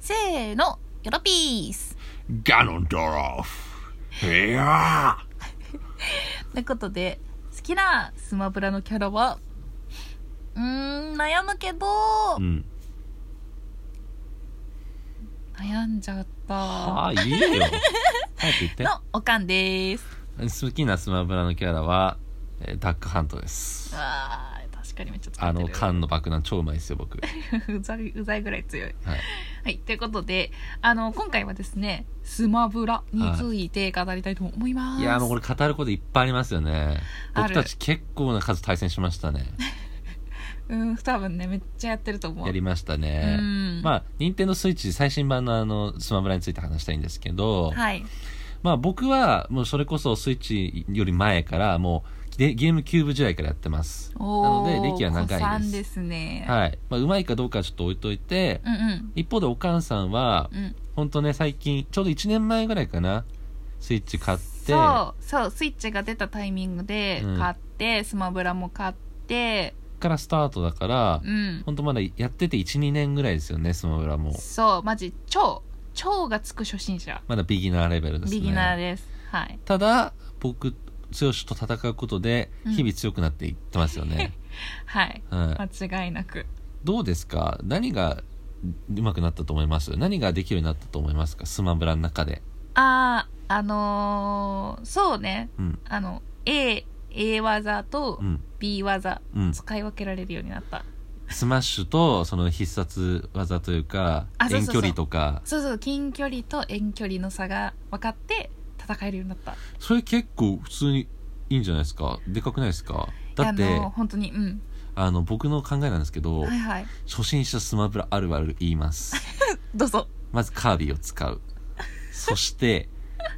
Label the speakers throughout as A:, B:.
A: せーの、ヨロピース
B: ガノンドロフいや
A: ということで、好きなスマブラのキャラは、うーん、悩むけど、
B: ーうん
A: 悩んじゃった。
B: ああいいよ 早く言って
A: の、おかんです。
B: 好きなスマブラのキャラは、えーダックハントです
A: あー、確かにめっちゃ疲
B: あ
A: れてる
B: の缶の爆弾超うまいですよ僕、は
A: うざい、うざいぐらい強い。
B: い、
A: はい、ということで、あの、今回はですね、スマブラについて語りたいと思います。
B: いやーもうこれ語ることいっぱいありますよね
A: あ
B: 僕
A: る
B: たち結構な数対戦しましたね
A: うん、多分ね、めっちゃやってると思う。
B: やりましたね
A: うん
B: まあ任天堂スイッチ最新版のあのスマブラについて話したいんですけど、
A: はい。
B: まあ僕はもうそれこそスイッチより前からもうゲゲームキューブ時代からやってますなの
A: おー
B: で歴は長
A: お子さ
B: いで
A: ん
B: す
A: ですね。
B: はいまあ、うまいかどうかはちょっと置いといて、
A: うんうん。
B: 一方でお母さんは
A: うん、
B: 本当ね最近ちょうど1年前ぐらいかなスイッチ買って
A: そうそうスイッチが出たタイミングで買って、スマブラも買って
B: からスタートだから、
A: うん
B: 本当まだやってて12年ぐらいですよねスマブラも
A: そうマジ超超がつく初心者
B: まだビギナーレベルですね
A: ビギナーですはい
B: ただ僕剛と戦うことで
A: うん
B: 日々強くなっていってます よね、
A: はい
B: はい、
A: 間違いなく
B: どうですか何がうまくなったと思います何ができるようになったと思いますかスマブラの中で
A: あああのーそうね
B: うん
A: あの A, A 技と
B: うん
A: B 技、
B: うん
A: 使い分けられるようになった
B: スマッシュとその必殺技というか
A: あそうそう
B: 遠
A: そう
B: 距離とか
A: そうそう近距離と遠距離の差が分かって戦えるようになった
B: それ結構普通にいいんじゃないですかでかくないですかだって
A: あのー本当にうん
B: あの僕の考えなんですけど、
A: はいはい
B: 初心者スマブラあるある言います
A: どうぞ
B: まずカービィを使う そして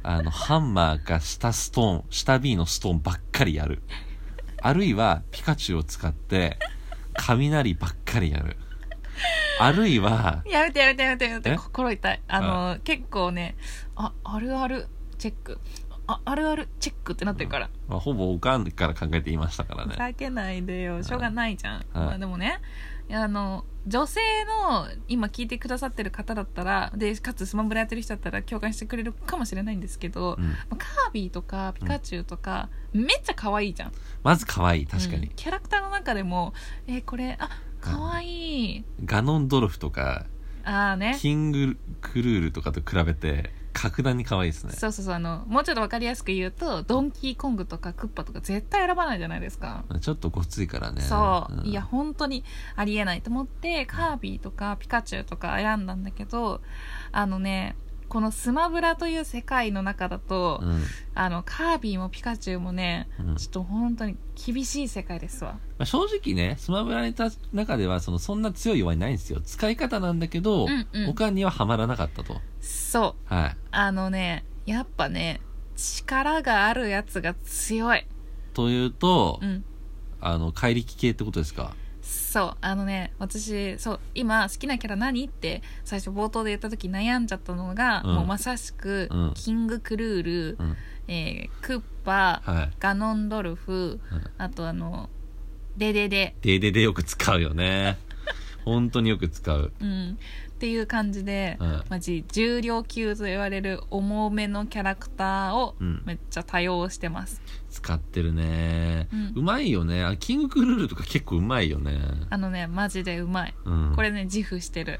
B: あのハンマーが下ストーン下 B のストーンばっかりやるあるいはピカチュウを使って雷ばっかりやるあるいは
A: やめてやめてやめてやめて
B: え
A: 心痛いあの結構ねああるあるチェックああるあるチェックってなってるから、
B: まあ、ほぼおかんから考えて言いましたから
A: ふ
B: ね。
A: ざけないでよしょうがないじゃん、まあ、でもねあの女性の今聞いてくださってる方だったらでかつスマブラやってる人だったら共感してくれるかもしれないんですけど、
B: うん、
A: まあカービィとかピカチュウとか、めっちゃ可愛いじゃん
B: まず可愛い、確か
A: う
B: に
A: ん。キャラクターの中でもえーこれあ可愛い、
B: ガノンドルフとか、
A: ああね
B: キングクルールとかと比べて、格段に可愛いですね。
A: そうそうそうあのもうちょっと分かりやすく言うとドンキーコングとかクッパとか絶対選ばないじゃないですか、
B: ちょっとごついからね。
A: そう、
B: ん
A: いや本当にありえないと思ってカービィとかピカチュウとか選んだんだけどあのねこのスマブラという世界の中だと、
B: うん。
A: あのカービィもピカチュウもね
B: うんま
A: ちょっと本当に厳しい世界ですわ
B: あ、正直ね、スマブラネタ中では、その、そんな強い弱いないんですよ。使い方なんだけど、
A: うんうん
B: おかんにはハマらなかったと。
A: そう
B: はい。
A: あのねやっぱね力があるやつが強い
B: というと、
A: うん
B: あの、怪力系ってことですか。
A: そうあのね私そう今好きなキャラ何って最初冒頭で言った時悩んじゃったのが、
B: うん
A: もうまさしく、
B: うん
A: キングクルール、
B: うん。
A: えークッパ
B: はい。
A: ガノンドルフ
B: うん
A: あとあのデデデ、
B: でででよく使うよね。本当によく使う。
A: うん、っていう感じで、
B: うん
A: マジ重量級と言われる重めのキャラクターを
B: うん
A: めっちゃ多用してます、
B: 使ってるね、
A: う
B: うんまいよねあキングクルールとか結構うまいよね、
A: あのねマジでうまい
B: うん、
A: これね自負してる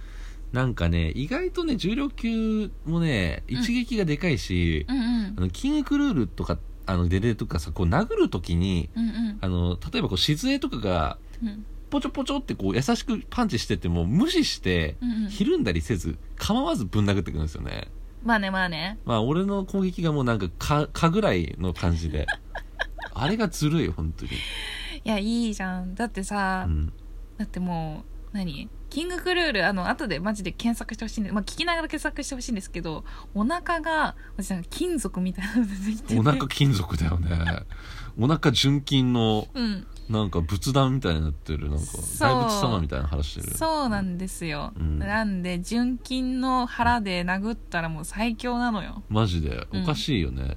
B: なんかね意外とね重量級もね
A: ん
B: 一撃がでかいし
A: う、んうん
B: あのキングクルールとかあのデデとかさこう殴る時に
A: うんうん
B: あの例えばこう静江とかが
A: うん
B: ポチョポチョってこう優しくパンチしてても無視して
A: うんうん
B: ひるんだりせず構わずぶん殴ってくるんですよね
A: まあねまあね
B: まあ俺の攻撃がもうなんかかかぐらいの感じ であれがずるい本当に、
A: いやいいじゃんだってさ、
B: うん、
A: だってもう何キングクルールあの後でマジで検索してほしいんで、まあ、聞きながら検索してほしいんですけどお腹が私なんか金属みたいなの出てきてて
B: お腹金属だよね。お腹純金の、
A: うん
B: なんか仏壇みたいになってる、なんか、
A: そう
B: 大仏様みたいな話してる。
A: そうなんですよ、
B: うん
A: なんで純金の腹で殴ったらもう最強なのよ
B: マジで、おかしいよね。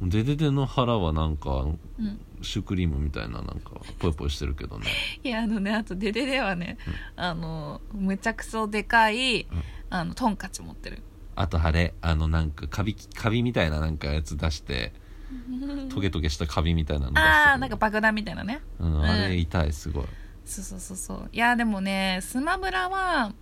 A: うん
B: デデデの腹はなんか、
A: うん
B: シュークリームみたいな、なんか、ぽいぽいしてるけどね。
A: いやあのねあとデデデはね、あのめちゃくそでかい、
B: ん
A: あのトンカチ持ってる
B: あとあれあのなんかカビカビみたいななんかやつ出してトゲトゲしたカビみたいなの出してくる
A: ああなんか爆弾みたいなね
B: うん、
A: ん
B: あれ痛いすごい
A: そうそうそうそういやでもねスマブラは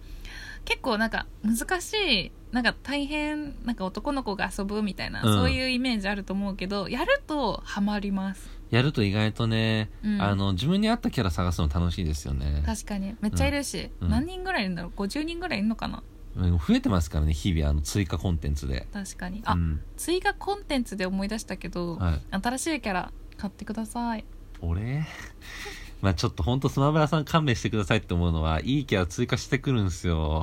A: 結構なんか難しいなんか大変なんか男の子が遊ぶみたいな、
B: うん
A: そういうイメージあると思うけどやるとハマります
B: やると意外とね、
A: うん
B: あの自分に合ったキャラ探すの楽しいですよね
A: 確かにめっちゃいるし、
B: うん
A: 何人ぐらいいるんだろう50人ぐらいいるのかな
B: うん増えてますからね日々あの追加コンテンツで
A: 確かにあ、
B: うん
A: 追加コンテンツで思い出したけど、
B: はい、
A: 新しいキャラ買ってください
B: 俺 まあちょっとほんとスマブラさん勘弁してくださいって思うのはいいキャラ追加してくるんです よ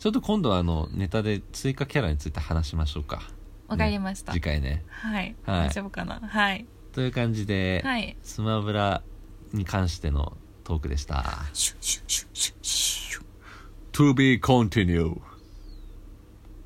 B: ちょっと今度はあのネタで追加キャラについて話しましょうか
A: わかりました、
B: 次回ね
A: はい、
B: はい
A: 大丈夫かなはい
B: という感じで、
A: はい
B: スマブラに関してのトークでした
A: シュッシュッシュッシュッシュッ
B: To be continued